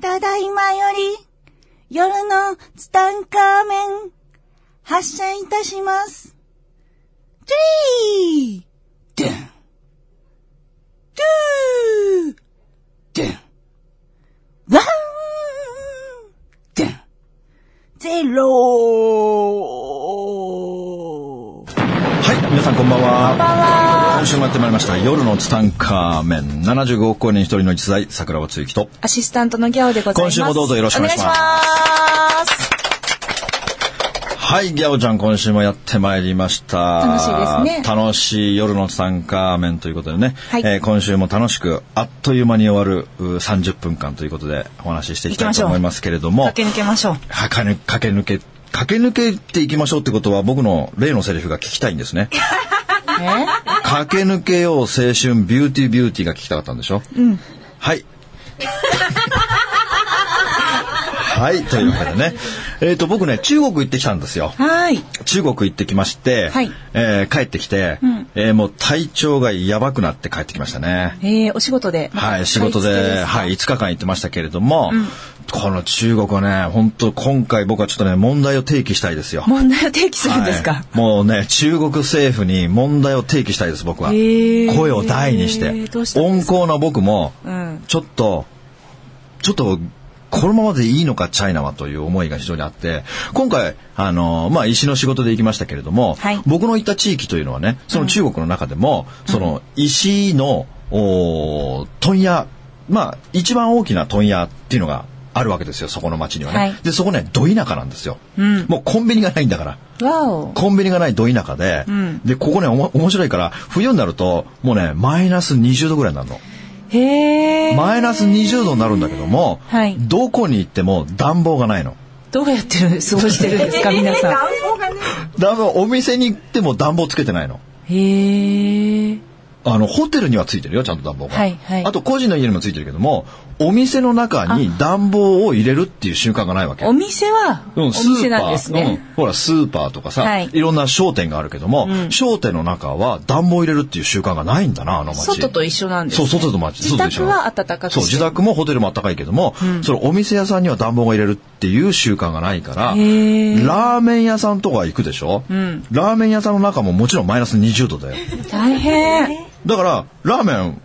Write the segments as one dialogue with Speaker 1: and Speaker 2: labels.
Speaker 1: だいまより、夜のツタンカーメン、発射いたします。トゥリードゥントゥードゥンワンドゥンゼロー
Speaker 2: はい、皆さんこんばんは。
Speaker 1: パワ
Speaker 2: 今週もやってまいりました。夜のツタンカーメン。75億光年一人の一材、桜庭つゆきと。
Speaker 3: アシスタントのギャオでございます。
Speaker 2: 今週もどうぞよろしくお願いします
Speaker 3: お願いします
Speaker 2: はい、ギャオちゃん、今週もやってまいりました。
Speaker 3: 楽しいです
Speaker 2: ね。楽しい夜のツタンカーメンということでね。
Speaker 3: はい
Speaker 2: えー今週も楽しく、あっという間に終わるう30分間ということで、お話ししていきたいと思いますけれども。
Speaker 3: 駆け抜けましょう。
Speaker 2: はかぬ駆け抜け、駆け抜けていきましょうってことは、僕の例のセリフが聞きたいんですね。駆け抜けよう青春ビューティービューティーが聞きたかったんでしょうん。はい。はい、というわけでね。えっ、と、僕ね、中国行ってきたんですよ。
Speaker 3: はい。
Speaker 2: 中国行ってきまして、
Speaker 3: はい
Speaker 2: えー帰ってきて、えーもう体調がやばくなって帰ってきましたね。
Speaker 3: えー、お仕事で。
Speaker 2: はい、仕事で、はい、5日間行ってましたけれども、この中国はね、本当今回僕はちょっとね、問題を提起したいですよ。
Speaker 3: 問題を提起するんです
Speaker 2: は
Speaker 3: か
Speaker 2: い、もうね、中国政府に問題を提起したいです、僕は。
Speaker 3: へー
Speaker 2: 声を大にし
Speaker 3: へ
Speaker 2: て
Speaker 3: ーどうし。たん
Speaker 2: 温
Speaker 3: です
Speaker 2: 厚な僕も、
Speaker 3: うん
Speaker 2: ちょっと、ちょっと、このままでいいのか、チャイナはという思いが非常にあって、今回、あの、まあ、石の仕事で行きましたけれども、
Speaker 3: はい
Speaker 2: 僕の行った地域というのはね、その中国の中でも、その、石の、おー問屋、まあ、一番大きな問屋っていうのがあるわけですよ、そこの町にはね。
Speaker 3: はい
Speaker 2: で、そこね、ど田舎なんですよ。
Speaker 3: ん
Speaker 2: もうコンビニがないんだから。
Speaker 3: わお。
Speaker 2: コンビニがないど田舎で、
Speaker 3: ん
Speaker 2: で、ここね、おも面白いから、冬になると、もうね、マイナス20度ぐらいになるの。
Speaker 3: へえ。
Speaker 2: マイナス20度になるんだけども、
Speaker 3: はい
Speaker 2: どこに行っても暖房がないの。
Speaker 3: どうやって過ごしてるんですか、皆さん。
Speaker 2: 暖房、お店に行っても暖房つけてないの。
Speaker 3: へえ。
Speaker 2: あの、ホテルにはついてるよ、ちゃんと暖房が。
Speaker 3: はいはい
Speaker 2: あと、個人の家にもついてるけども、お店の中に暖房を入れるっていう習慣がないわけ。
Speaker 3: お店は、
Speaker 2: う
Speaker 3: お
Speaker 2: んスーパー
Speaker 3: 店なんですね。
Speaker 2: うんほら、スーパーとかさ、
Speaker 3: はい
Speaker 2: い、ろんな商店があるけども、商店の中は暖房入れるっていう習慣がないんだな、あの街。
Speaker 3: 外と一緒なんです
Speaker 2: そう、
Speaker 3: ね。
Speaker 2: 外と街。
Speaker 3: 自
Speaker 2: 外と一緒
Speaker 3: 宅は暖かくし
Speaker 2: そ
Speaker 3: て
Speaker 2: う、自宅もホテルも暖かいけども、そのお店屋さんには暖房が入れるっていう習慣がないから、ラ
Speaker 3: へー
Speaker 2: ーメン屋さんとか行くでしょ、
Speaker 3: ん
Speaker 2: ラーメン屋さんの中ももちろんマイナス20度だよ。
Speaker 3: 大変。
Speaker 2: だから、ラーメン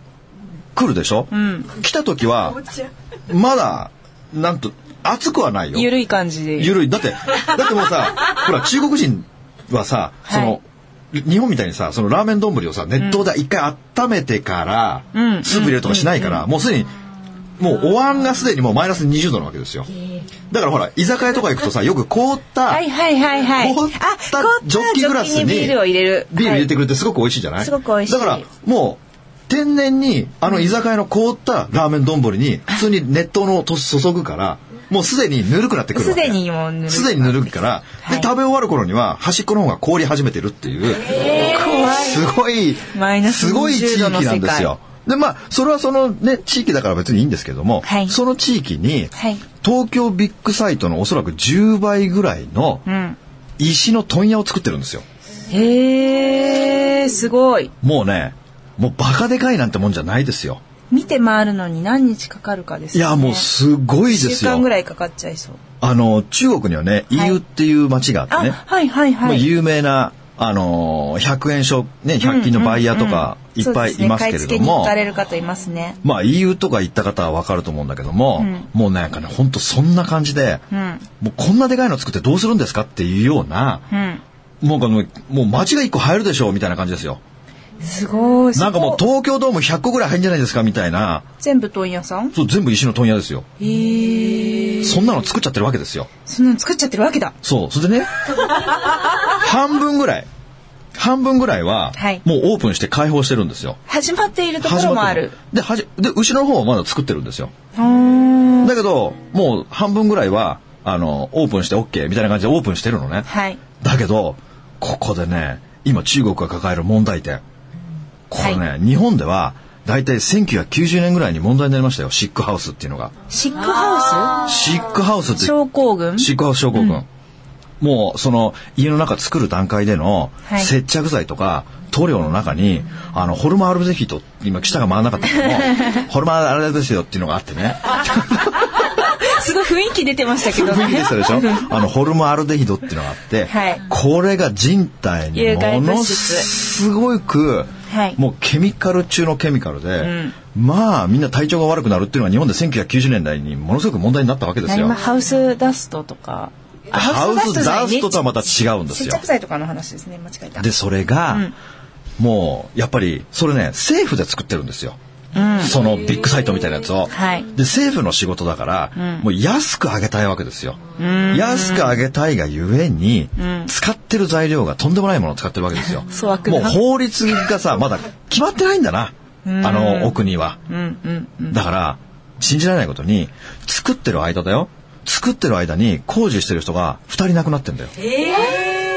Speaker 2: 来るでしょ、
Speaker 3: うん。
Speaker 2: 来た時は、まだ、なんと、暑くはないよ。
Speaker 3: ゆるい感じで。
Speaker 2: ゆるい。だって、だってもう さ、ほら、中国人はさ、その、日本みたいにさ、そのラーメン丼をさ、熱湯で一回温めてか
Speaker 3: う
Speaker 2: ら、
Speaker 3: ん
Speaker 2: スープ入れるとかしないから、もうすでに、もうお椀がすでにもうマイナス20度なわけですよ。だからほら、居酒屋とか行くとさ、よく凍った、
Speaker 3: はいはいはいはい。
Speaker 2: 凍ったジョッキグラスに
Speaker 3: ビールを入れる。
Speaker 2: ビール入れて
Speaker 3: はい
Speaker 2: くれてすごく美味しいじゃない
Speaker 3: すごく美味しい
Speaker 2: だから、もう、天然に、あの居酒屋の凍ったラーメン丼に、普通に熱湯の注ぐから、もうすでにぬるくなってくるわ
Speaker 3: す
Speaker 2: け。
Speaker 3: でにもうぬるい
Speaker 2: すでにぬるいから、
Speaker 3: はい
Speaker 2: で食べ終わる頃には端っこの方が凍り始めてるっていう、すごい
Speaker 3: マイナス
Speaker 2: すごい地域なんですよ。でまあそれはそのね地域だから別にいいんですけども、
Speaker 3: はい
Speaker 2: その地域に、
Speaker 3: はい
Speaker 2: 東京ビッグサイトのおそらく10倍ぐらいの
Speaker 3: うん。
Speaker 2: 石の問屋を作ってるんですよ。
Speaker 3: へえ、すごい。
Speaker 2: もうねもうバカでかいなんてもんじゃないですよ。
Speaker 3: 見て回るのに何日かかるかです
Speaker 2: い
Speaker 3: ね。
Speaker 2: やもうすごい
Speaker 3: 一
Speaker 2: です
Speaker 3: 週
Speaker 2: よ
Speaker 3: 間。ぐらいかかっちゃいそう。
Speaker 2: あの中国にはね、
Speaker 3: はい
Speaker 2: イウっていう町があっ
Speaker 3: あ、
Speaker 2: てね。
Speaker 3: はいはい
Speaker 2: ま
Speaker 3: は
Speaker 2: あ、
Speaker 3: い。
Speaker 2: 有名な、あのー100円ショップ、ね、100均のバイヤーとかいっぱいいますけれ
Speaker 3: そうでね買い付け
Speaker 2: ど
Speaker 3: に
Speaker 2: も、
Speaker 3: 行かれる方いますね。
Speaker 2: まあ EU とか行った方はわかると思うんだけども、
Speaker 3: うん
Speaker 2: もうなんかね、ほんとそんな感じで、
Speaker 3: うん。
Speaker 2: もうこんなでかいの作ってどうするんですかっていうような、
Speaker 3: うん。
Speaker 2: もうこのもう街が1個入るでしょうみたいな感じですよ。
Speaker 3: すごい。
Speaker 2: なんかもう
Speaker 3: そこ
Speaker 2: 東京ドーム100個ぐらい入るんじゃないですかみたいな、
Speaker 3: 全部問屋さん
Speaker 2: そう全部石の問屋ですよ。
Speaker 3: へえ。
Speaker 2: そんなの作っちゃってるわけですよ。
Speaker 3: そんなの作っちゃってるわけだ。
Speaker 2: そう。それ でね、半分ぐらい、半分ぐらいは
Speaker 3: はい、
Speaker 2: もうオープンして開放してるんですよ。
Speaker 3: 始まっているところもある。
Speaker 2: で、はじ、で、後ろの方はまだ作ってるんですよ。
Speaker 3: うーん。
Speaker 2: だけど、もう半分ぐらいは、あの、オープンして OK みたいな感じでオープンしてるのね。
Speaker 3: はい。
Speaker 2: だけど、ここでね、今中国が抱える問題点。これね、日本では、だいたい1990年ぐらいに問題になりましたよ。シックハウスっていうのが。
Speaker 3: シックハ
Speaker 2: シックハウスっ
Speaker 3: ウ
Speaker 2: て
Speaker 3: ス、症候群
Speaker 2: シックハウス症候群。もう、その、家の中作る段階での
Speaker 3: はい
Speaker 2: 接着剤とか、塗料の中に、あの、ホルマンアルデヒド、 今、下が回らなかったけども、ホルマンアルデヒドっていうのがあってね。
Speaker 3: すごい雰囲気出てましたけど
Speaker 2: 雰囲気で
Speaker 3: ね
Speaker 2: したでし ょあの、ホルムアルデヒドっていうのがあって、
Speaker 3: はい
Speaker 2: これが人体に
Speaker 3: 有
Speaker 2: も
Speaker 3: 害物
Speaker 2: の
Speaker 3: 質
Speaker 2: すごく、
Speaker 3: はい
Speaker 2: もうケミカル中のケミカルで、まあみんな体調が悪くなるっていうのが日本で1990年代にものすごく問題になったわけですよ
Speaker 3: 今。ハウスダストとかあ
Speaker 2: ハウスダストとは
Speaker 3: じ
Speaker 2: また違うん
Speaker 3: ゃない
Speaker 2: です
Speaker 3: 接
Speaker 2: よ
Speaker 3: 着。剤とかの話ですね間違えた
Speaker 2: で、それが、
Speaker 3: ん
Speaker 2: もうやっぱりそれね、政府で作ってるんですよ。
Speaker 3: うん
Speaker 2: そのビッグサイトみたいなやつを。
Speaker 3: はい
Speaker 2: で、政府の仕事だから、
Speaker 3: ん
Speaker 2: もう安く上げたいわけですよ。安く上げたいがゆえに、
Speaker 3: うん
Speaker 2: 使ってる材料がとんでもないものを使ってるわけです よ。
Speaker 3: 粗悪
Speaker 2: も
Speaker 3: な
Speaker 2: う法律がさ、まだ決まってないんだな。あの、お国は。
Speaker 3: うんうんうん
Speaker 2: だから、信じられないことに、作ってる間だよ。作ってる間に工事してる人が2人亡くなってんだよ。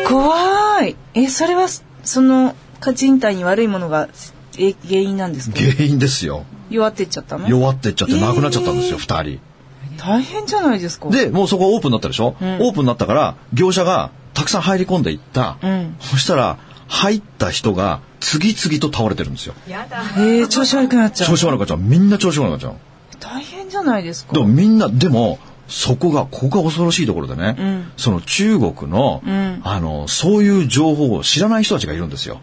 Speaker 3: 怖いえそれはその人体に悪いものがえ原因なんですか
Speaker 2: 原因ですよ。
Speaker 3: 弱ってっちゃったの
Speaker 2: 弱ってっちゃって亡くなっちゃったんですよ、2人。
Speaker 3: 大変じゃないですか
Speaker 2: で、もうそこオープンになったでしょ、
Speaker 3: ん
Speaker 2: オープンになったから、業者がたくさん入り込んでいった。
Speaker 3: うん
Speaker 2: そしたら、入った人が次々と倒れてるんですよ。
Speaker 3: えー、調子悪くなっちゃ
Speaker 2: 調
Speaker 3: う
Speaker 2: 子悪くなっちゃう。みんな調子悪くなっちゃう。
Speaker 3: 大変じゃないですか
Speaker 2: でもみんな、でも、そこが、ここが恐ろしいところでね、
Speaker 3: うん
Speaker 2: その中国の、
Speaker 3: うん
Speaker 2: あの、そういう情報を知らない人たちがいるんですよ。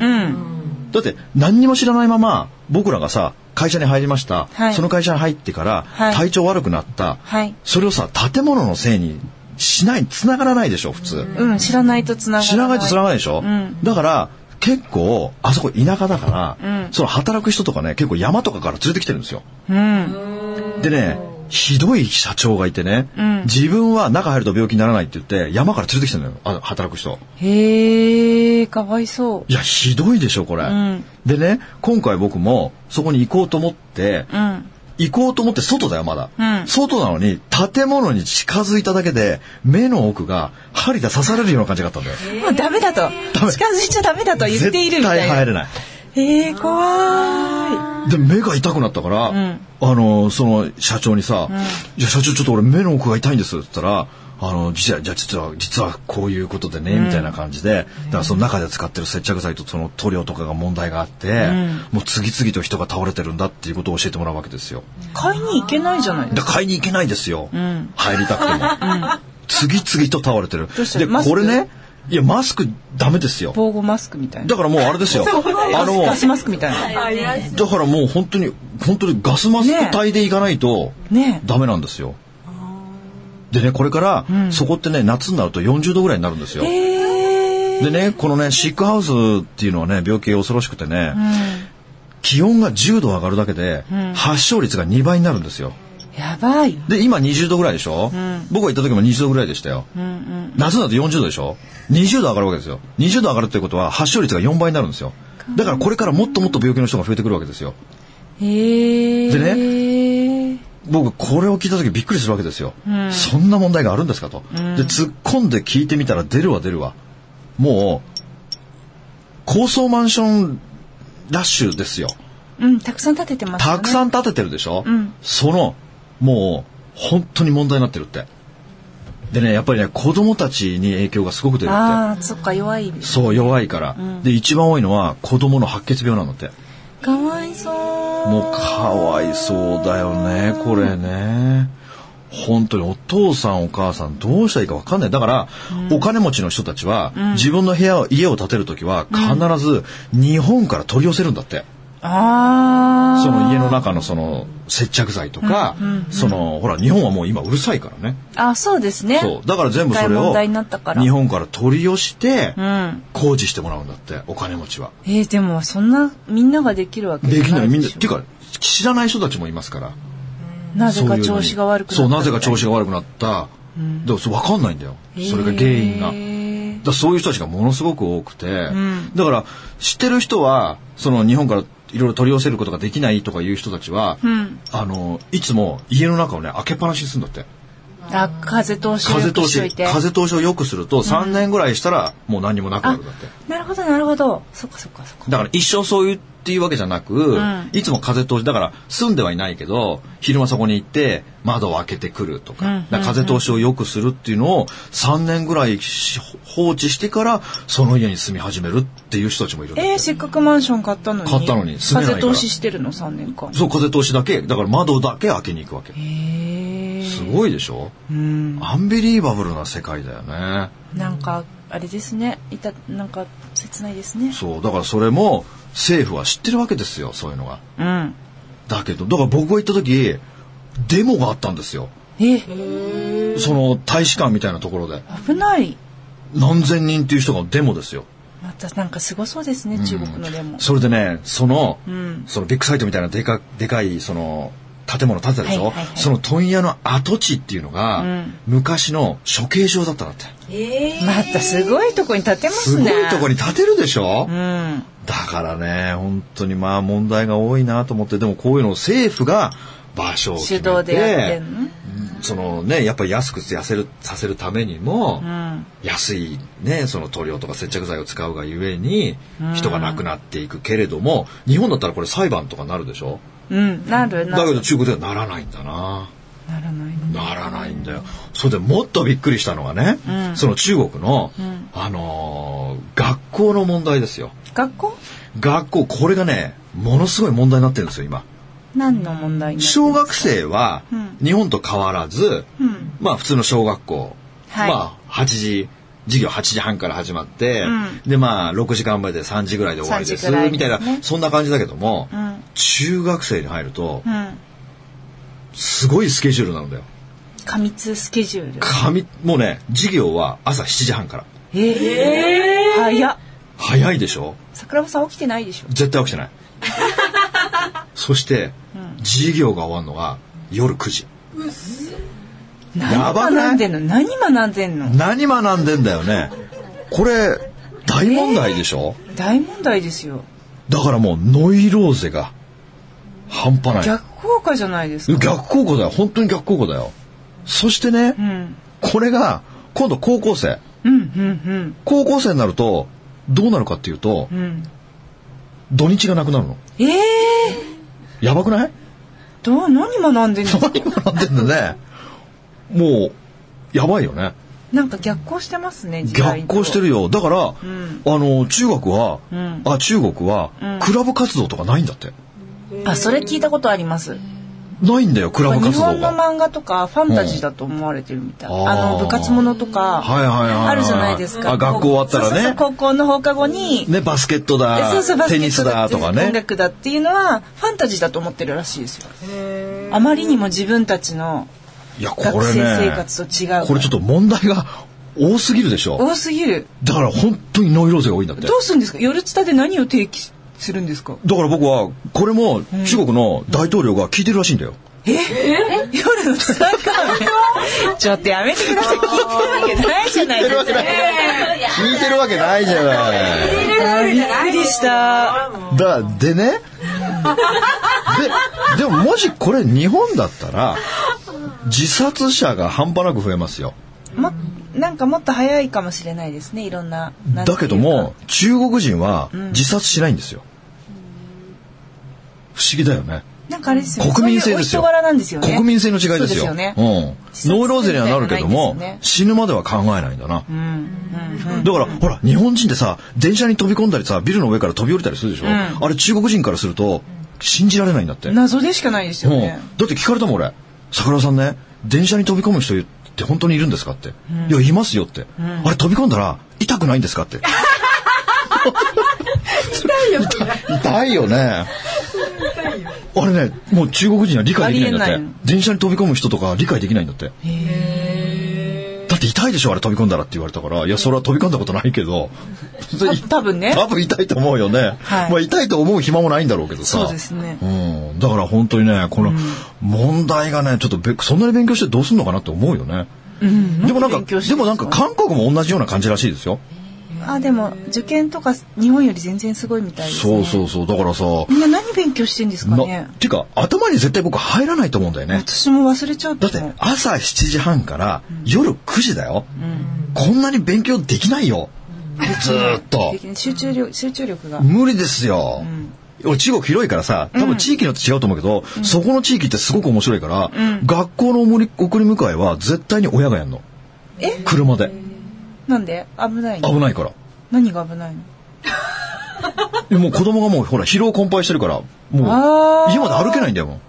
Speaker 3: うん
Speaker 2: だって何にも知らないまま僕らがさ会社に入りました、
Speaker 3: はい
Speaker 2: その会社に入ってから
Speaker 3: はい
Speaker 2: 体調悪くなった、
Speaker 3: はい
Speaker 2: それをさ建物のせいにしない繋がらないでしょ普通、
Speaker 3: うん知らないとつながらない
Speaker 2: 知らないと繋がらないでしょ、
Speaker 3: うん
Speaker 2: だから結構あそこ田舎だから、
Speaker 3: うん
Speaker 2: その働く人とかね結構山とかから連れてきてるんですよ
Speaker 3: うん
Speaker 2: でねひどい社長がいてね、
Speaker 3: うん
Speaker 2: 自分は中入ると病気にならないって言って山から連れてきてるのよあ働く人
Speaker 3: へえかわいそう
Speaker 2: いやひどいでしょこれ、
Speaker 3: うん
Speaker 2: でね今回僕もそこに行こうと思って、
Speaker 3: うん
Speaker 2: 行こうと思って外だよまだ、
Speaker 3: うん
Speaker 2: 外なのに建物に近づいただけで目の奥が針で刺されるような感じがあったんだよ
Speaker 3: もうダメだと
Speaker 2: メ
Speaker 3: 近づいちゃダメだと言っているみた
Speaker 2: 絶対
Speaker 3: い
Speaker 2: 入
Speaker 3: な
Speaker 2: れない
Speaker 3: へえ怖
Speaker 2: で目が痛くなったから、
Speaker 3: ん
Speaker 2: あのその社長にさ「じゃあ社長ちょっと俺目の奥が痛いんです」って言ったら「あの実はじゃあ実は実はこういうことでね」みたいな感じでだからその中で使ってる接着剤とその塗料とかが問題があって、もう次々と人が倒れてるんだっていうことを教えてもらうわけですよ。
Speaker 3: い買いに行けないじゃないです
Speaker 2: で
Speaker 3: か
Speaker 2: 買いに行けないですよ、
Speaker 3: ん
Speaker 2: 入りたくても、次々と倒れてる
Speaker 3: どうした
Speaker 2: で
Speaker 3: マスク
Speaker 2: これねいやマスクダメですよ
Speaker 3: 防護マスクみたいな
Speaker 2: だからもうあれですよあの
Speaker 3: ガスマスクみたいな
Speaker 2: だからもう本当に本当にガスマスク帯でいかないと
Speaker 3: ね
Speaker 2: ダメなんですよ、でねこれから、そこってね夏になると40度ぐらいになるんですよ、
Speaker 3: へえ
Speaker 2: でねこのねシックハウスっていうのはね病気恐ろしくてね、気温が10度上がるだけで、発症率が2倍になるんですよ
Speaker 3: やばい
Speaker 2: で今20度ぐらいでしょ、僕が行った時も20度ぐらいでしたよ、夏だと40度でしょ20度上がるわけですよ20度上がるってことは発症率が4倍になるんですよだからこれからもっともっと病気の人が増えてくるわけですよ
Speaker 3: へえ
Speaker 2: で僕これを聞いた時びっくりするわけですよ、そんな問題があるんですかと、で突っ込んで聞いてみたら出るわ出るわもう高層マンションラッシュですよ
Speaker 3: うんたくさん立ててますよね
Speaker 2: たくさん建ててるでしょ、
Speaker 3: ん
Speaker 2: そのもう本当に問題になってるってでねやっぱりね子供たちに影響がすごく出るって
Speaker 3: ああそっか弱い
Speaker 2: そう弱いから、で一番多いのは子供の白血病なんだって
Speaker 3: かわいそう
Speaker 2: もうかわいそうだよねこれね本当にお父さんお母さんどうしたらいいかわかんないだから、お金持ちの人たちは、自分の部屋を家を建てる時は必ず日本から取り寄せるんだって、
Speaker 3: ああ
Speaker 2: その家の中のその接着剤とか、そのほら日本はもう今うるさいからね。
Speaker 3: あそうですね
Speaker 2: そうだから全部それ
Speaker 3: 一回問
Speaker 2: を
Speaker 3: 題になったから
Speaker 2: 日本から取り寄して
Speaker 3: うん
Speaker 2: 工事してもらうんだってお金持ちは。
Speaker 3: えー、でもそんなみんなができるわけ
Speaker 2: できないみんなっ
Speaker 3: して
Speaker 2: いうか知らない人たちもいますから。
Speaker 3: ょなぜか調子が悪くなった
Speaker 2: そうなぜか調子
Speaker 3: が
Speaker 2: が悪くなった。でもそれ分かんないんだよ。それが原因が。だからそういう人たちがものすごく多くて、
Speaker 3: ん
Speaker 2: だから知ってる人はその日本からいろいろ取り寄せることができないとかいう人たちは、
Speaker 3: うん
Speaker 2: あのいつも家の中をね開けっぱなしにするんだって
Speaker 3: あ風通しを
Speaker 2: 風
Speaker 3: 良く
Speaker 2: 通
Speaker 3: しとい
Speaker 2: して風通しを良くすると3年ぐらいしたらもう何もなくなるんだって、
Speaker 3: なるほどなるほどそっかそっかそっか
Speaker 2: だから一生そういうっていうわけじゃなく、
Speaker 3: ん
Speaker 2: いつも風通しだから住んではいないけど昼間そこに行って窓を開けてくるとか,、
Speaker 3: うん
Speaker 2: 風通しを良くするっていうのを3年ぐらいし放置してからその家に住み始めるっていう人たちもいるんだって
Speaker 3: えー、せっかくマンション買ったのに
Speaker 2: 買ったのに住めない
Speaker 3: 風
Speaker 2: から
Speaker 3: 通ししてるの3年間
Speaker 2: そう風通しだけだから窓だけ開けに行くわけ、
Speaker 3: へえ
Speaker 2: すごいでしょ
Speaker 3: うん
Speaker 2: アンビリーバブルな世界だよね。
Speaker 3: なんかあれですねいたなんか切ないですね
Speaker 2: そう。だからそれも政府は知ってるわけですよ、そういうのが。
Speaker 3: うん
Speaker 2: だけど、だから僕が行った時、デモがあったんですよ。
Speaker 3: え
Speaker 2: その大使館みたいなところで。
Speaker 3: 危ない
Speaker 2: 何千人っていう人がデモですよ。
Speaker 3: またなんかすごそうですね中国のでも
Speaker 2: それでね、その、
Speaker 3: うん
Speaker 2: そのビッグサイトみたいなでかでかいその建物建てたでしょ、
Speaker 3: はいはいはい
Speaker 2: その問屋の跡地っていうのが、
Speaker 3: うん
Speaker 2: 昔の処刑場だったんだって
Speaker 1: え
Speaker 3: またすごいとこに建てますす
Speaker 2: ご
Speaker 3: ね
Speaker 2: いとこに建てるでしょ、
Speaker 3: うん
Speaker 2: だからね本当にまあ問題が多いなと思ってでもこういうのを政府が場所を決
Speaker 3: 手
Speaker 2: めて
Speaker 3: 動でやってんの
Speaker 2: そのねやっぱり安く痩せるさせるためにも、
Speaker 3: うん
Speaker 2: 安いねその塗料とか接着剤を使うがゆえに人が亡くなっていくけれども、日本だったらこれ裁判とかなるでしょ
Speaker 3: うんなるな
Speaker 2: だけど
Speaker 3: る
Speaker 2: 中国ではならないんだな
Speaker 3: ならない
Speaker 2: ならないんだよそれでもっとびっくりしたのがね、
Speaker 3: うん
Speaker 2: その中国の、
Speaker 3: ん
Speaker 2: あのー学校の問題ですよ
Speaker 3: 学校
Speaker 2: 学校これがねものすごい問題になってるんですよ今
Speaker 3: 何の問題になってる
Speaker 2: 小学生は
Speaker 3: うん
Speaker 2: 日本と変わらず、
Speaker 3: うん
Speaker 2: まあ普通の小学校、
Speaker 3: はい
Speaker 2: まあ8時授業8時半から始まって、
Speaker 3: う
Speaker 2: でまあ6時間まで3時ぐらいで終わりです
Speaker 3: 3時ぐらい
Speaker 2: みたいな
Speaker 3: ですね
Speaker 2: そんな感じだけども、
Speaker 3: うん
Speaker 2: 中学生に入ると
Speaker 3: うん
Speaker 2: すごいスケジュールなんだよ
Speaker 3: 過密スケジュール
Speaker 2: 紙もうね授業は朝7時半から
Speaker 3: ええ早っ
Speaker 2: 早いでしょ
Speaker 3: 桜庭さん起きてないでしょ
Speaker 2: 絶対起きてない そして、授業が終わるのが夜9時や
Speaker 3: 何
Speaker 2: ばくない
Speaker 3: 学んでんの何学んでんの
Speaker 2: 何学んでんだよねこれ大問題でしょ、
Speaker 3: 大問題ですよ
Speaker 2: だからもうノイローゼが半端ない
Speaker 3: 逆効果じゃないですか
Speaker 2: 逆効果だよ本当に逆効果だよそしてね、
Speaker 3: うん
Speaker 2: これが今度高校生
Speaker 3: うんうん
Speaker 2: 高校生になるとどうなるかっていうと、
Speaker 3: うんうん
Speaker 2: 土日がなくなるの
Speaker 3: ええ
Speaker 2: やばくない
Speaker 3: どう何学んでん の
Speaker 2: 何学んでんのねもうやばいよね
Speaker 3: なんか逆行してますね時代
Speaker 2: 逆
Speaker 3: と
Speaker 2: 行してるよだから、
Speaker 3: ん
Speaker 2: あの中学は、
Speaker 3: うん
Speaker 2: あ中国は、
Speaker 3: うん
Speaker 2: クラブ活動とかないんだって
Speaker 3: あそれ聞いたことあります
Speaker 2: ないんだよクラブ
Speaker 3: 日
Speaker 2: 活動
Speaker 3: 本の
Speaker 2: が
Speaker 3: 漫画とかファンタジーだと思われてるみたい、
Speaker 2: うん
Speaker 3: あの部活ものとか
Speaker 2: はいはいはいはい
Speaker 3: あるじゃないですか
Speaker 2: あ学校終わったらね
Speaker 3: そうそうそう高校の放課後に、
Speaker 2: ねバスケットだ
Speaker 3: そうそうバス
Speaker 2: テ
Speaker 3: ケット
Speaker 2: ニスだとか
Speaker 3: 音
Speaker 2: ね
Speaker 3: 楽だっていうのはファンタジーだと思ってるらしいですよあまりにも自分たちの
Speaker 2: いやこ
Speaker 3: 学
Speaker 2: れ
Speaker 3: 生生
Speaker 2: ね
Speaker 3: 活と違うから
Speaker 2: これちょっと問題が多すぎるでしょ
Speaker 3: 多すぎる
Speaker 2: だから本当にノイローゼが多いんだって
Speaker 3: どうするんですか夜ツタで何を提起するんですか
Speaker 2: だから僕はこれも中国の大統領が聞いてるらしいんだよ、
Speaker 3: え夜のツタか ちょっとやめてください聞いてるわけないじゃないですか
Speaker 2: 聞いてるわけないじゃない
Speaker 3: あーびっくりした
Speaker 2: だでねででももしこれ日本だったら自殺者が半端なく増えますよ
Speaker 3: もなんかもっと早いかもしれないですねいろんなな
Speaker 2: だ
Speaker 3: んていうか
Speaker 2: けども中国人は自殺しないんですよ、不思議だよね
Speaker 3: なんかあれですよね
Speaker 2: 国民性です
Speaker 3: そういうお
Speaker 2: よ
Speaker 3: 人柄なんですよね
Speaker 2: 国民性の違いですよ
Speaker 3: そうね
Speaker 2: うん、
Speaker 3: 殺
Speaker 2: ノイローゼにはなるけども、
Speaker 3: みたいなのないです
Speaker 2: 死ぬまでは考えないんだな、
Speaker 3: うんうん
Speaker 2: だからほら日本人ってさ電車に飛び込んだりさビルの上から飛び降りたりするでしょ、
Speaker 3: ん
Speaker 2: あれ中国人からすると信じられないんだって、
Speaker 3: うん謎でしかないですよ
Speaker 2: うん、
Speaker 3: ね
Speaker 2: だって聞かれたもん俺桜庭さんね電車に飛び込む人って本当にいるんですかって、いやいますよって、あれ飛び込んだら痛くないんですかって痛い痛いよねあれねもう中国人は理解できないんだ
Speaker 3: あ
Speaker 2: っ
Speaker 3: りえ
Speaker 2: て
Speaker 3: ない
Speaker 2: 電車に飛び込む人とか理解できないんだってだって痛いでしょあれ飛び込んだらって言われたからいやそれは飛び込んだことないけど
Speaker 3: た多分ね
Speaker 2: 多分痛いと思うよね、
Speaker 3: はい
Speaker 2: まあ痛いと思う暇もないんだろうけどさ
Speaker 3: そうですね
Speaker 2: うん、だから本当にねこの問題がねちょっとべそんなに勉強してどうすんのかなって思うよね、でもなんか
Speaker 3: 勉強して
Speaker 2: でもなんか韓国も同じような感じらしいですよ、
Speaker 3: あでも受験とか日本より全然すごいみたいです
Speaker 2: そう
Speaker 3: ね
Speaker 2: そうそうだからさ、
Speaker 3: みんな何勉強してんですか
Speaker 2: な
Speaker 3: ね
Speaker 2: っていうか頭に絶対僕入らないと思うんだよね
Speaker 3: 私も忘れちゃう
Speaker 2: だ
Speaker 3: と
Speaker 2: って
Speaker 3: 思う
Speaker 2: 朝7時半から夜9時だよ、こんなに勉強できないよ、ずーっと
Speaker 3: 集中力集中力が
Speaker 2: 無理ですよ、俺中国広いからさ多分地域によって違うと思うけど、そこの地域ってすごく面白いから、学校の送り送り迎えは絶対に親がやんの
Speaker 3: え
Speaker 2: 車で
Speaker 3: なんで危ないの
Speaker 2: 危ないから
Speaker 3: 何が危ないの
Speaker 2: でもう子供がもうほら疲労困憊してるからもう
Speaker 3: あー
Speaker 2: 家まで歩けないんだよもう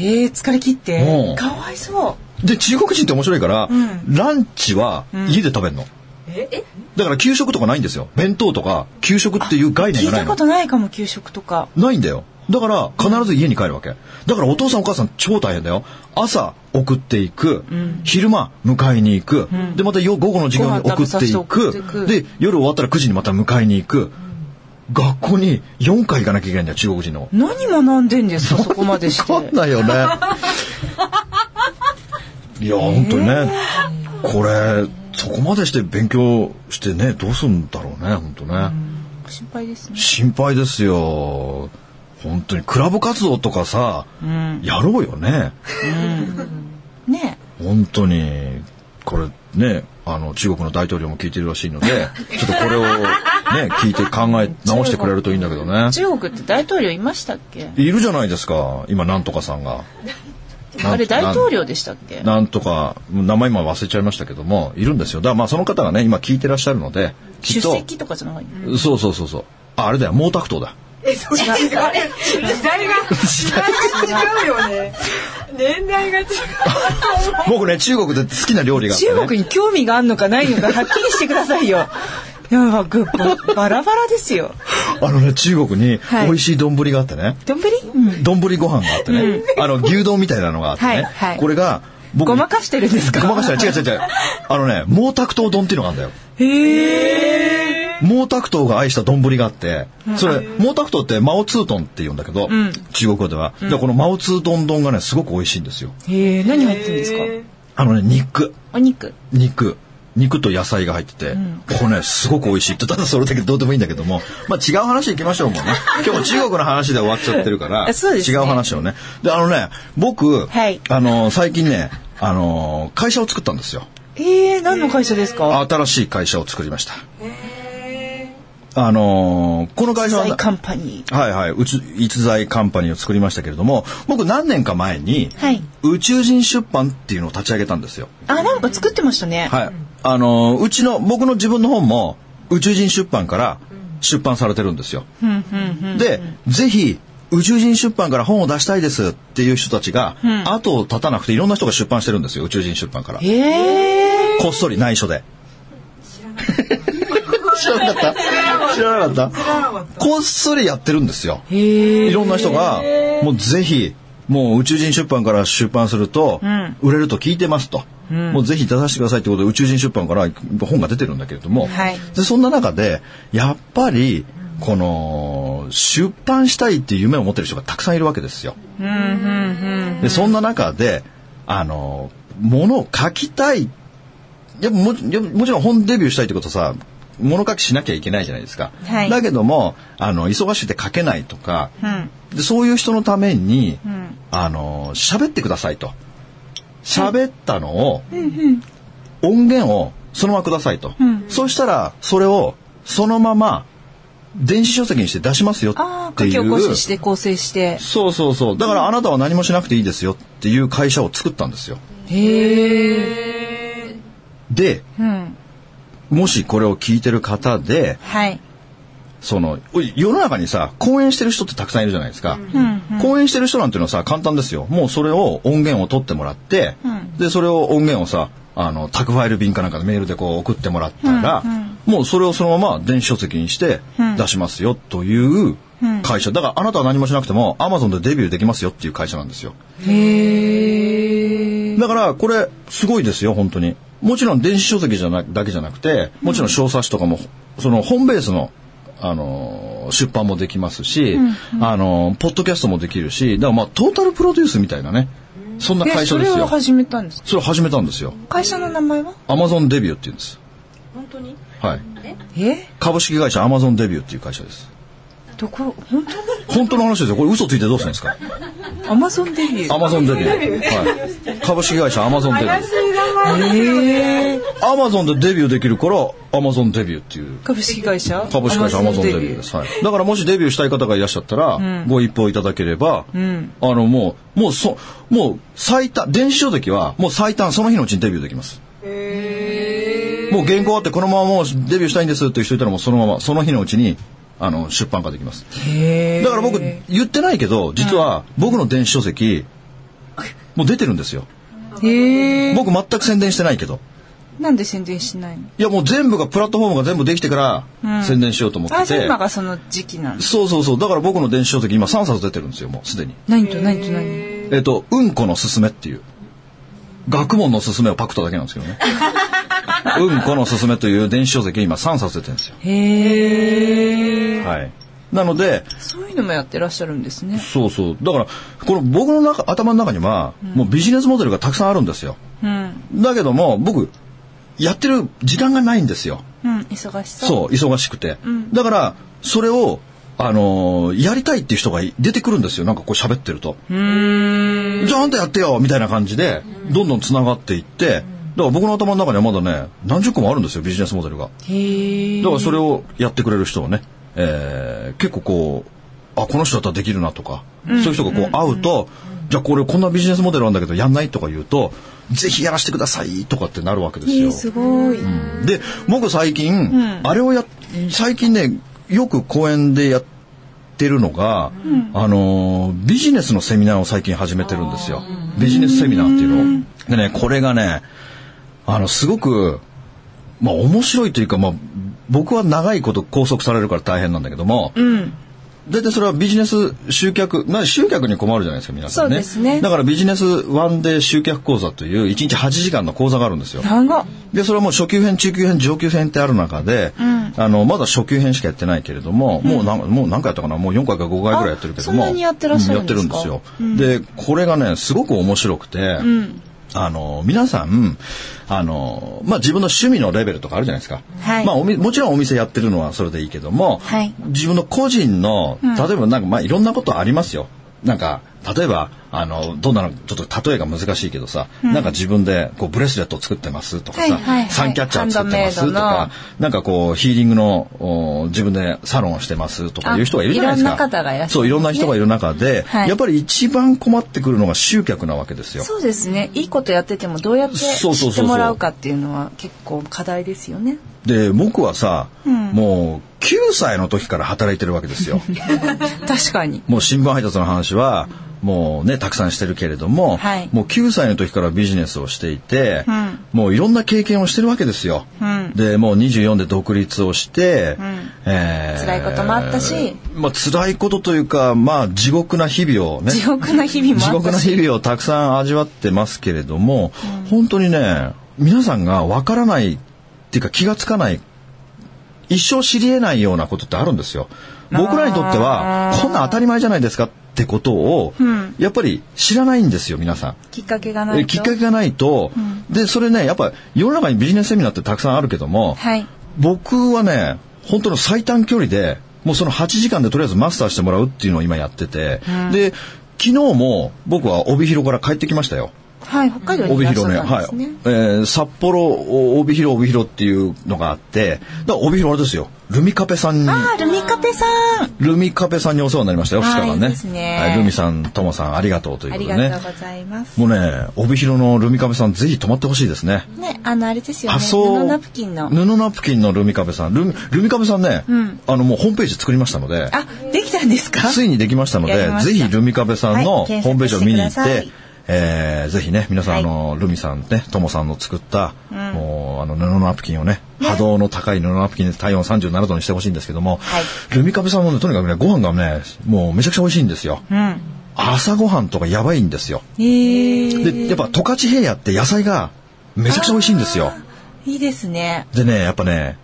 Speaker 3: えー、疲れ切っ
Speaker 2: う
Speaker 3: て
Speaker 2: ん
Speaker 3: かわいそう
Speaker 2: で、中国人って面白いから、
Speaker 3: ん
Speaker 2: ランチは家で食べるの。
Speaker 3: え
Speaker 2: だから給食とかないんですよ。弁当とか給食っていう概念
Speaker 3: 聞い
Speaker 2: がない
Speaker 3: た
Speaker 2: の
Speaker 3: こ。とないかも給食とか
Speaker 2: ないんだよ。だから必ず家に帰るわけ。だからお父さんお母さん超大変だよ。朝送っていく、昼間迎えに行く、でまたよ午後の授業に送
Speaker 3: ご飯食べ
Speaker 2: っ
Speaker 3: さ
Speaker 2: て
Speaker 3: せて
Speaker 2: い
Speaker 3: 送
Speaker 2: く
Speaker 3: っていく
Speaker 2: で夜終わったら9時にまた迎えに行く、学校に4回行かなきゃいけないんだよ中国人の。
Speaker 3: 何学んでん ですかそこまでし
Speaker 2: わかん
Speaker 3: て
Speaker 2: ないよ ね。いや本当にね、これそこまでして勉強してねどうするんだろうね本当ね。
Speaker 3: 心配ですね
Speaker 2: 心配ですよ本当にクラブ活動とかさ、
Speaker 3: ん
Speaker 2: やろうよね
Speaker 3: ね
Speaker 2: 本当にこれねあの中国の大統領も聞いてるらしいので ちょっとこれをね聞いて考え直してくれるといいんだけどね
Speaker 3: え中国って大統領いましたっけ
Speaker 2: いるじゃないですか今なんとかさんが
Speaker 3: あれ大統領でしたっけ
Speaker 2: なんとか名前今忘れちゃいましたけどもいるんですよだからまあその方がね今聞いてらっしゃるのでき
Speaker 3: 出
Speaker 2: っと
Speaker 3: 席とかじゃない
Speaker 2: そうそうそうそうああれだよ毛沢東だ
Speaker 4: え、そう違う。あれ、時代が、時代が違うよ ね。年代が違う。
Speaker 2: 僕ね中国で好きな料理があって、ね、
Speaker 3: 中国に興味があるのかないのかはっきりしてくださいよ やばくばバラバラですよ
Speaker 2: あのね、中国に
Speaker 3: はい
Speaker 2: 美味しい丼があってね、
Speaker 3: どんぶり
Speaker 2: 丼ご飯があってね、あの、牛丼みたいなのがあってね、
Speaker 3: はいはい
Speaker 2: これが、僕、
Speaker 3: ごまかしてるんですか
Speaker 2: ごまかしたら違う違う違 う。あのね、毛沢東丼っていうのがあるんだよ。
Speaker 3: へえ
Speaker 2: 毛沢東が愛した丼があって、それ、毛沢東ってマオツートンって言うんだけど、
Speaker 3: ん
Speaker 2: 中国語では。で、このマオツートン丼がね、すごく美味しいんですよ。
Speaker 3: へえ何入ってるんですか
Speaker 2: あのね、肉、
Speaker 3: お肉
Speaker 2: 肉。肉と野菜が入ってて、これね、すごく美味しいって、ただそれだけどうでもいいんだけども、まあ違う話行きましょう もんね。今日も中国の話で終わっちゃってるから、
Speaker 3: あそうです
Speaker 2: 違
Speaker 3: ね
Speaker 2: う話をね。で、あのね、僕、
Speaker 3: はい
Speaker 2: あの、最近ね、あの、会社を作ったんですよ。
Speaker 3: ええ何の会社ですか
Speaker 2: 新しい会社を作りました。あの、この会社は
Speaker 3: サ
Speaker 2: ね、
Speaker 3: イカンパニー
Speaker 2: はいはい、宇宙逸材カンパニーを作りましたけれども、僕何年か前に、
Speaker 3: はい
Speaker 2: 宇宙人出版っていうのを立ち上げたんですよ。
Speaker 3: あなんか作ってましたね
Speaker 2: はい。あの、うちの、僕の自分の本も、宇宙人出版から出版されてるんですよ。
Speaker 3: うんうん
Speaker 2: で、ぜひ、宇宙人出版から本を出したいですっていう人たちが、後を絶たなくていろんな人が出版してるんですよ、宇宙人出版から
Speaker 3: うん。ええ
Speaker 2: こっそり内緒で。 知らなかった知らなかったこっそりやってるんですよ。
Speaker 3: へえ
Speaker 2: いろんな人が、もうぜひ、もう宇宙人出版から出版すると、
Speaker 3: ん
Speaker 2: 売れると聞いてますと。もうぜひ出させてくださいってことで宇宙人出版から本が出てるんだけれども、
Speaker 3: はい
Speaker 2: でそんな中でやっぱりこの出版したいっていう夢を持ってる人がたくさんいるわけですよ。
Speaker 3: うんうん
Speaker 2: でそんな中であのものを書きたいいやもいやもちろん本デビューしたいってことさ物書きしなきゃいけないじゃないですか、
Speaker 3: はい
Speaker 2: だけどもあの忙しくて書けないとか、
Speaker 3: うんうん
Speaker 2: でそういう人のために、
Speaker 3: ん
Speaker 2: あの喋ってくださいと喋ったのを、音源をそのままくださいと、
Speaker 3: ん
Speaker 2: そうしたらそれをそのまま電子書籍にして出しますよ
Speaker 3: あ
Speaker 2: っ
Speaker 3: あ
Speaker 2: て
Speaker 3: 書き
Speaker 2: いう
Speaker 3: 起こしして構成して
Speaker 2: そうそうそうだからあなたは何もしなくていいですよっていう会社を作ったんですよ
Speaker 3: へえ
Speaker 2: で
Speaker 3: うん
Speaker 2: もしこれを聞いてる方で
Speaker 3: はい
Speaker 2: そのおい世の中にさ講演してる人ってたくさんいるじゃないですか、
Speaker 3: うん
Speaker 2: 講演してる人なんていうのはさ簡単ですよもうそれを音源を取ってもらって、
Speaker 3: うん
Speaker 2: でそれを音源をさあの宅ファイル便かなんかでメールでこう送ってもらったら、
Speaker 3: うん
Speaker 2: もうそれをそのまま電子書籍にして
Speaker 3: うん
Speaker 2: 出しますよという会社、だからあなたは何もしなくても Amazon でデビューできますよっていう会社なんですよ
Speaker 3: へえ
Speaker 2: だからこれすごいですよ本当にもちろん電子書籍じゃなだけじゃなくてもちろん小冊子とかもその本ベースのあのー出版もできますし、あのーポッドキャストもできるしだからまあトータルプロデュースみたいなねそんな
Speaker 3: え
Speaker 2: 会社
Speaker 3: そ
Speaker 2: です
Speaker 3: れを
Speaker 2: よ
Speaker 3: 始めたんです
Speaker 2: それを始めたんですよ
Speaker 3: 会社の名前は
Speaker 2: アマゾンデビューって言うんです
Speaker 4: 本当に
Speaker 2: はい
Speaker 3: え
Speaker 2: 株式会社アマゾンデビューっていう会社です
Speaker 3: どこ本
Speaker 2: 本当の話ですよこれ嘘ついてどうするんですか
Speaker 3: 当アマゾンデビュ
Speaker 2: ア
Speaker 3: ー
Speaker 2: マゾンデビュー、はい、株式会社アマゾンデビュー
Speaker 3: へえ
Speaker 2: アマゾンでデビューできるからアマゾンデビューっていう
Speaker 3: 株式会社
Speaker 2: 株式会社アマゾンデビューです。はい。だからもしデビューしたい方がいらっしゃったら、ご一報いただければ、
Speaker 3: ん
Speaker 2: あのもう、もうそ、もう最短、電子書籍はもう最短その日のうちにデビューできます。もう原稿あってこのままもうデビューしたいんですっていう人いたらもうそのままその日のうちにあの出版化できます。
Speaker 3: へえ
Speaker 2: だから僕言ってないけど、実は僕の電子書籍、もう出てるんですよ。
Speaker 3: へえ。
Speaker 2: 僕全く宣伝してないけど。
Speaker 3: なんで宣伝しないの
Speaker 2: いやもう全部が、プラットフォームが全部できてか
Speaker 3: う
Speaker 2: ら
Speaker 3: ん
Speaker 2: 宣伝しようと思っ
Speaker 3: あ、
Speaker 2: て
Speaker 3: じゃあ
Speaker 2: て。
Speaker 3: 今がその時期なんだ。
Speaker 2: そうそうそう。だから僕の電子書籍今3冊出てるんですよ、もうすでに。
Speaker 3: 何と何と何
Speaker 2: えっと、うんこのすすめっていう。学問のすすめをパクっただけなんですけど ね。うんこのすすめという電子書籍今3冊出てるんですよ。
Speaker 3: へえ。
Speaker 2: はい。なので、
Speaker 3: そういうのもやってらっしゃるんですね。
Speaker 2: そうそう。だから、この僕の中頭の中には、もうビジネスモデルがたくさんあるんですよ。
Speaker 3: うん。
Speaker 2: だけども、僕、やってる時間がないんですよ。
Speaker 3: うん、忙しそう。
Speaker 2: そう、忙しくて。
Speaker 3: ん
Speaker 2: だから、それを、あのーやりたいっていう人が出てくるんですよ。なんかこう喋ってると。
Speaker 3: う。ーん。
Speaker 2: じゃああんたやってよみたいな感じで、どんどん繋がっていって、だから僕の頭の中にはまだね、何十個もあるんですよ、ビジネスモデルが。
Speaker 3: へえ。
Speaker 2: だからそれをやってくれる人をね、えー結構こう、あ、この人だったらできるなとか、そういう人がこう会うと、じゃあこれこんなビジネスモデルなんだけどやんないとか言うと、ぜひやらせてくださいとかってなるわけです
Speaker 3: え
Speaker 2: よ。
Speaker 3: ーすごい。
Speaker 2: で、僕最近、あれをや、最近ね、よく公演でやってるのが、あのー、ビジネスのセミナーを最近始めてるんですよ。ビジネスセミナーっていうのを。でね、これがね、あの、すごく、まあ面白いというか、まあ、僕は長いこと拘束されるから大変なんだけども、
Speaker 3: うん。
Speaker 2: 大体それはビジネス集客、まあ集客に困るじゃないですか、皆さんね。
Speaker 3: そうですね
Speaker 2: だからビジネスワンデー集客講座という1日8時間の講座があるんですよ。
Speaker 3: 長っ。
Speaker 2: で、それはもう初級編、中級編、上級編ってある中で、あの、まだ初級編しかやってないけれども、もう何、もう何回やったかなもう4回か5回ぐらいやってるけども。
Speaker 3: あそんなにやってらっしゃるんですか
Speaker 2: うやってるんですよ。で、これがね、すごく面白くて、
Speaker 3: ん
Speaker 2: あの、皆さん、あの、まあ、自分の趣味のレベルとかあるじゃないですか。
Speaker 1: はい
Speaker 2: まあ、おみもちろんお店やってるのはそれでいいけども、
Speaker 1: はい
Speaker 2: 自分の個人の、例えばなんか、まあ、いろんなことありますよ。なんか、例えば、あの、どんなの、ちょっと例えが難しいけどさ、なんか自分で、こう、ブレスレットを作ってますとかさ、
Speaker 1: はいはいはい
Speaker 2: サンキャッチャー作ってますと
Speaker 3: ハンド
Speaker 2: か、なんかこう、ヒーリングの、お自分でサロンをしてますとかいう人がいるじゃないですか。
Speaker 3: あいろんな方がいらっしゃるんですね
Speaker 2: そう、いろんな人がいる中で、
Speaker 3: はい
Speaker 2: やっぱり一番困ってくるのが集客なわけですよ。
Speaker 3: そうですね。いいことやっててもどうやって
Speaker 2: そうそうそうそう
Speaker 3: 知ってもらうかっていうのは結構課題ですよね。
Speaker 2: で、僕はさ、もう、9歳の時から働いてるわけです よ。
Speaker 3: 確かに。
Speaker 2: もう新聞配達の話は、もうね、たくさんしてるけれども、
Speaker 3: はい
Speaker 2: もう9歳の時からビジネスをしていて、
Speaker 3: うん
Speaker 2: もういろんな経験をしてるわけですよ。
Speaker 3: うん
Speaker 2: で、もう24で独立をして、
Speaker 3: ん
Speaker 2: えー
Speaker 3: 辛いこともあったし、
Speaker 2: まあ辛いことというか、まあ地獄な日々をね、
Speaker 3: 地獄な 日々もあったし
Speaker 2: 地獄な日々をたくさん味わってますけれども、本当にね、皆さんがわからないっていうか気がつかない、一生知り得ないようなことってあるんですよ。僕らにとっては、こんな当たり前じゃないですかってことを、
Speaker 3: ん
Speaker 2: やっぱり知らないんですよ、皆さん。
Speaker 3: きっかけがないと。
Speaker 2: きっかけがないと、で、それね、やっぱ世の中にビジネスセミナーってたくさんあるけども、
Speaker 3: はい。
Speaker 2: 僕はね、本当の最短距離で、もうその8時間でとりあえずマスターしてもらうっていうのを今やってて、で、昨日も僕は帯広から帰ってきましたよ。
Speaker 3: はい、北海道にい
Speaker 2: 帯
Speaker 3: らっし
Speaker 2: 広
Speaker 3: ゃ
Speaker 2: ね。
Speaker 3: ったん
Speaker 2: は
Speaker 3: で
Speaker 2: い
Speaker 3: すね。。
Speaker 2: えー札幌、お帯広、帯広っていうのがあって、だから帯広あれですよ。ルミカペさんに、
Speaker 3: あ、ルミカペさん。
Speaker 2: ルミカペさんにお世話になりましたよ、2日
Speaker 3: あー
Speaker 2: 間
Speaker 3: い
Speaker 2: ね。
Speaker 3: いですね
Speaker 2: はいルミさん、ともさん、ありがとうという
Speaker 3: あ
Speaker 2: こと
Speaker 3: り
Speaker 2: で
Speaker 3: が
Speaker 2: ね。
Speaker 3: とうございます。
Speaker 2: もうね、帯広のルミカペさん、ぜひ泊まってほしいですね。
Speaker 3: ね、あの、あれですよね。
Speaker 2: あそう
Speaker 3: 布ナプキンの。
Speaker 2: 布ナプキンのルミカベさんルミルミカベさんね、
Speaker 3: うん
Speaker 2: あのもうホームページ作りましたので
Speaker 3: あ、できたんですか
Speaker 2: ついにできましたの
Speaker 3: やり
Speaker 2: で
Speaker 3: ました
Speaker 2: ぜひルミカベさんの
Speaker 3: はい
Speaker 2: ホ
Speaker 3: 検
Speaker 2: ームページを
Speaker 3: 索
Speaker 2: 見に行
Speaker 3: し
Speaker 2: って
Speaker 3: ください
Speaker 2: て、えーぜひね皆さん、
Speaker 3: はい
Speaker 2: あのルミさんねともさんの作った、もうあの布ナプキンをね波動の高い布ナプキンで体温37度にしてほしいんですけども、
Speaker 3: はい
Speaker 2: ルミカベさんもねとにかくねご飯がねもうめちゃくちゃ美味しいんですよ
Speaker 3: うん。
Speaker 2: 朝ご飯とかやばいんですよ
Speaker 3: えー。
Speaker 2: でやっぱ十勝平野って野菜がめちゃくちゃ美味しいんですよ
Speaker 3: いいですね。
Speaker 2: でね、やっぱね、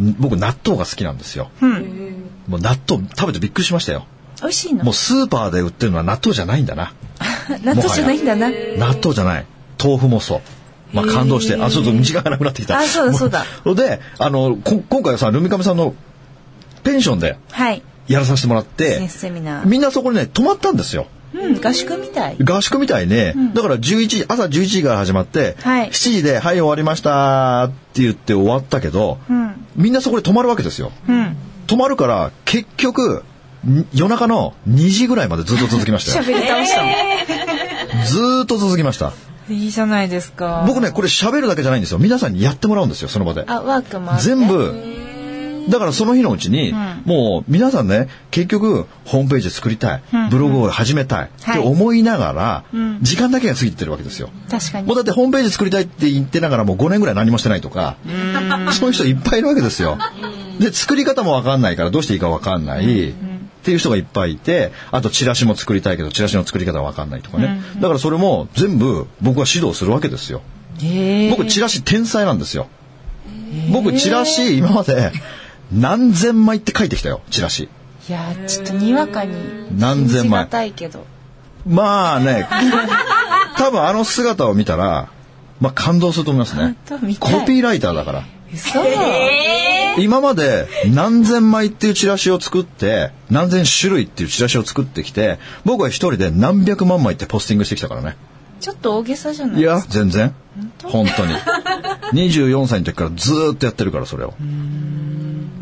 Speaker 2: ん僕納豆が好きなんですよ。
Speaker 3: うん。
Speaker 2: もう納豆食べてびっくりしましたよ。
Speaker 3: 美味しいの
Speaker 2: もうスーパーで売ってるのは納豆じゃないんだな。
Speaker 3: 納豆じゃないんだな。
Speaker 2: 納豆じゃない。豆腐もそう。まあ感動して、あ、ちょっと時間がなくなってきた。
Speaker 3: あそうだそうだ
Speaker 2: もう。で、あの、こ今回はさ、ルミカメさんのペンションで
Speaker 3: はい。
Speaker 2: やらさせてもらっ
Speaker 3: ビジネ
Speaker 2: て
Speaker 3: ス、セミナー。
Speaker 2: みんなそこにね、泊まったんですよ。
Speaker 3: うん、合宿みたい。
Speaker 2: 合宿みたいね、だから11時、朝11時から始まって、
Speaker 3: はい
Speaker 2: 7時で、はい終わりましたって言って終わったけど、
Speaker 3: うん。
Speaker 2: みんなそこで泊まるわけですよ。
Speaker 3: うん。
Speaker 2: 止まるから結局ん夜中の2時ぐらいまでずっと続きま したよ。
Speaker 3: 喋り倒したの。
Speaker 2: ずーっと続きました。
Speaker 3: いいじゃないですか。
Speaker 2: 僕ね、これ喋るだけじゃないんですよ。皆さんにやってもらうんですよ、その場で。
Speaker 3: あ、ワークもあって
Speaker 2: 全。部、だからその日のうちに、もう皆さんね、結局、ホームページ作りたい、ブログを始めたいって思いながら、時間だけが過ぎてるわけですよ。
Speaker 3: 確かに
Speaker 2: もうだってホームページ作りたいって言ってながらもう5年ぐらい何もしてないとか、そういう人いっぱいいるわけですよ。で、作り方もわかんないからどうしていいかわかんない。っていう人がいっぱいいて、あとチラシも作りたいけど、チラシの作り方わかんないとかね。だからそれも全部僕は指導するわけですよ。
Speaker 3: ええ
Speaker 2: 僕チラシ天才なんですよ。僕チラシ今まで何千枚って書いてきたよ、チラシ。
Speaker 3: いやーちょっとにわかに
Speaker 2: 何千枚
Speaker 3: 信じがたいけど
Speaker 2: まあ ね、多分あの姿を見たら、まあ感動すると思いますね
Speaker 3: 本当見。た
Speaker 2: コ
Speaker 3: い
Speaker 2: ピーライターだから。
Speaker 3: 嘘、
Speaker 2: 今まで何千枚っていうチラシを作って、何千種類っていうチラシを作ってきて、僕は一人で何百万枚ってポスティングしてきたからね。
Speaker 3: ちょっと大げさじゃない
Speaker 2: いや、全然。本当に。24歳の時からずーっとやってるから、それを。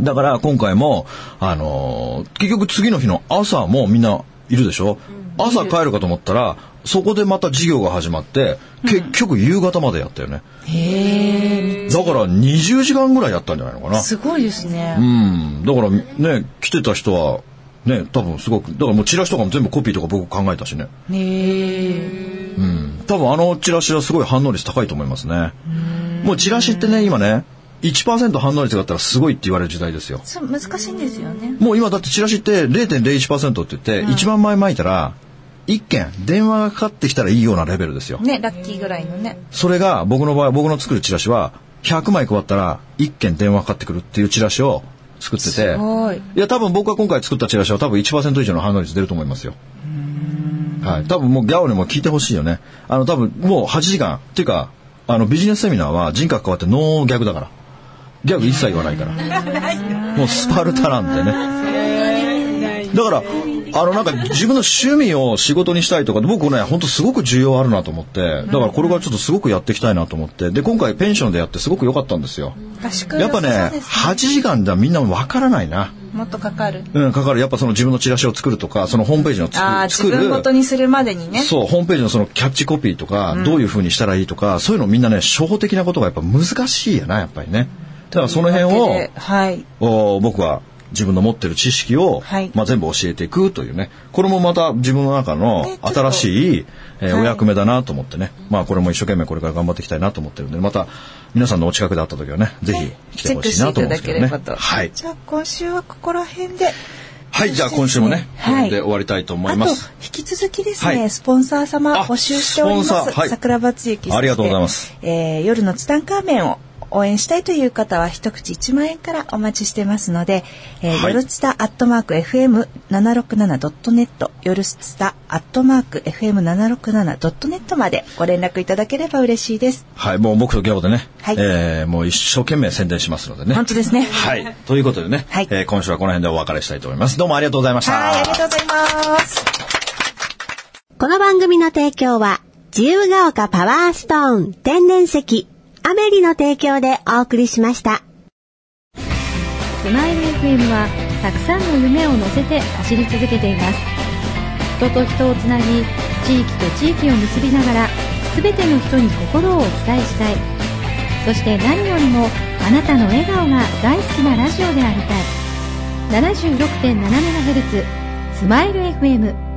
Speaker 2: だから、今回も、あのー結局次の日の朝もみんないるでしょ朝帰るかと思ったら、そこでまた授業が始まって、結局夕方までやったよね。
Speaker 3: へえ
Speaker 2: だから20時間ぐらいやったんじゃないのかな。
Speaker 3: すごいですね、
Speaker 2: うん。だからね、来てた人は、ね、多分すごく、だからもうチラシとかも全部コピーとか僕考えたしね。
Speaker 3: へえ
Speaker 2: うん。多分あのチラシはすごい反応率高いと思いますね。もうチラシってね、今ね、1%反応率があったらすごいって言われる時代ですよ。
Speaker 3: そう難しいんですよね
Speaker 2: もう今だってチラシって0.01%って言って、1万枚巻いたら、1件電話がかかってきたらいいようなレベルですよ。
Speaker 3: ねラッキーぐらいのね
Speaker 2: それが僕の場合、僕の作るチラシは、100枚配ったら1件電話かかってくるっていうチラシを作ってて、
Speaker 3: すごい
Speaker 2: いや、多分僕が今回作ったチラシは多分1%以上の反応率出ると思いますよ。はい。多分もうギャオにも聞いてほしいよね。あの多分もう8時間、っていうか、あのビジネスセミナーは人格変わってノーギャグだから。ギャグ一切言わないから。 もうスパルタなんでね。だから、あの、なんか自分の趣味を仕事にしたいとか、僕ね、本当すごく需要あるなと思って、だからこれからちょっとすごくやっていきたいなと思って、で、今回ペンションでやってすごく良かったんですよ。
Speaker 3: 確か
Speaker 2: やっぱね、8時間じゃみんなわからないな。
Speaker 3: もっとかかる
Speaker 2: うん、かかる。やっぱその自分のチラシを作るとか、そのホームページのつく
Speaker 3: ああ自
Speaker 2: 作る。
Speaker 3: 分ごとにするまでにね
Speaker 2: そう、ホームページのそのキャッチコピーとか、どういう風にしたらいいとか、そういうのみんなね、初歩的なことがやっぱ難しいやな、やっぱりね。だからその辺
Speaker 3: だ
Speaker 2: を
Speaker 3: けで、はい
Speaker 2: お僕は自分の持ってる知識を、
Speaker 3: はい
Speaker 2: まあ、全部教えていくというね。これもまた自分の中の
Speaker 3: ねちょっと
Speaker 2: 新しい、えー
Speaker 3: はい
Speaker 2: お役目だなと思ってね。まあこれも一生懸命これから頑張っていきたいなと思ってるんで、また皆さんのお近くで会った時はね、ぜひ来
Speaker 3: チ
Speaker 2: て
Speaker 3: ェッ
Speaker 2: ほ
Speaker 3: ク
Speaker 2: しい
Speaker 3: して
Speaker 2: ないと思う
Speaker 3: た
Speaker 2: ん
Speaker 3: だ
Speaker 2: です
Speaker 3: け
Speaker 2: けど
Speaker 3: れ
Speaker 2: ね。
Speaker 3: ばと、
Speaker 2: はい。
Speaker 3: じゃあ今週はここら辺で
Speaker 2: はい、じゃあ今週もね、こ
Speaker 3: は
Speaker 2: れ
Speaker 3: い
Speaker 2: で終わりたいと思
Speaker 3: あ
Speaker 2: い
Speaker 3: と
Speaker 2: ます。
Speaker 3: 引き続きですね、
Speaker 2: はい
Speaker 3: スポンサー様募集しておりま
Speaker 2: あスポンサ
Speaker 3: す、
Speaker 2: ーはい
Speaker 3: 桜庭つゆき
Speaker 2: ありがとうございます、
Speaker 3: えー夜のツタンカーメンを応援したいという方は一口1万円からお待ちしてますので、えー
Speaker 2: はい
Speaker 3: 夜ツタアットマーク FM767.net 夜ツタアットマーク FM767.net までご連絡いただければ嬉しいです
Speaker 2: はい、もう僕とギャオでね、
Speaker 3: はい
Speaker 2: えーもう一生懸命宣伝しますのでね。
Speaker 3: 本当ですね
Speaker 2: はい、ということでね、
Speaker 3: はい
Speaker 2: えー今週はこの辺でお別れしたいと思います。どうもありがとうございました。
Speaker 3: はいありがとうございます
Speaker 5: この番組の提供は、自由が丘パワーストーン天然石、アメリの提供でお送りしました。
Speaker 6: スマイル FM はたくさんの夢を乗せて走り続けています人と人をつなぎ地域と地域を結びながら全ての人に心をお伝えしたいそして何よりもあなたの笑顔が大好きなラジオでありたい 76.7MHz スマイル FM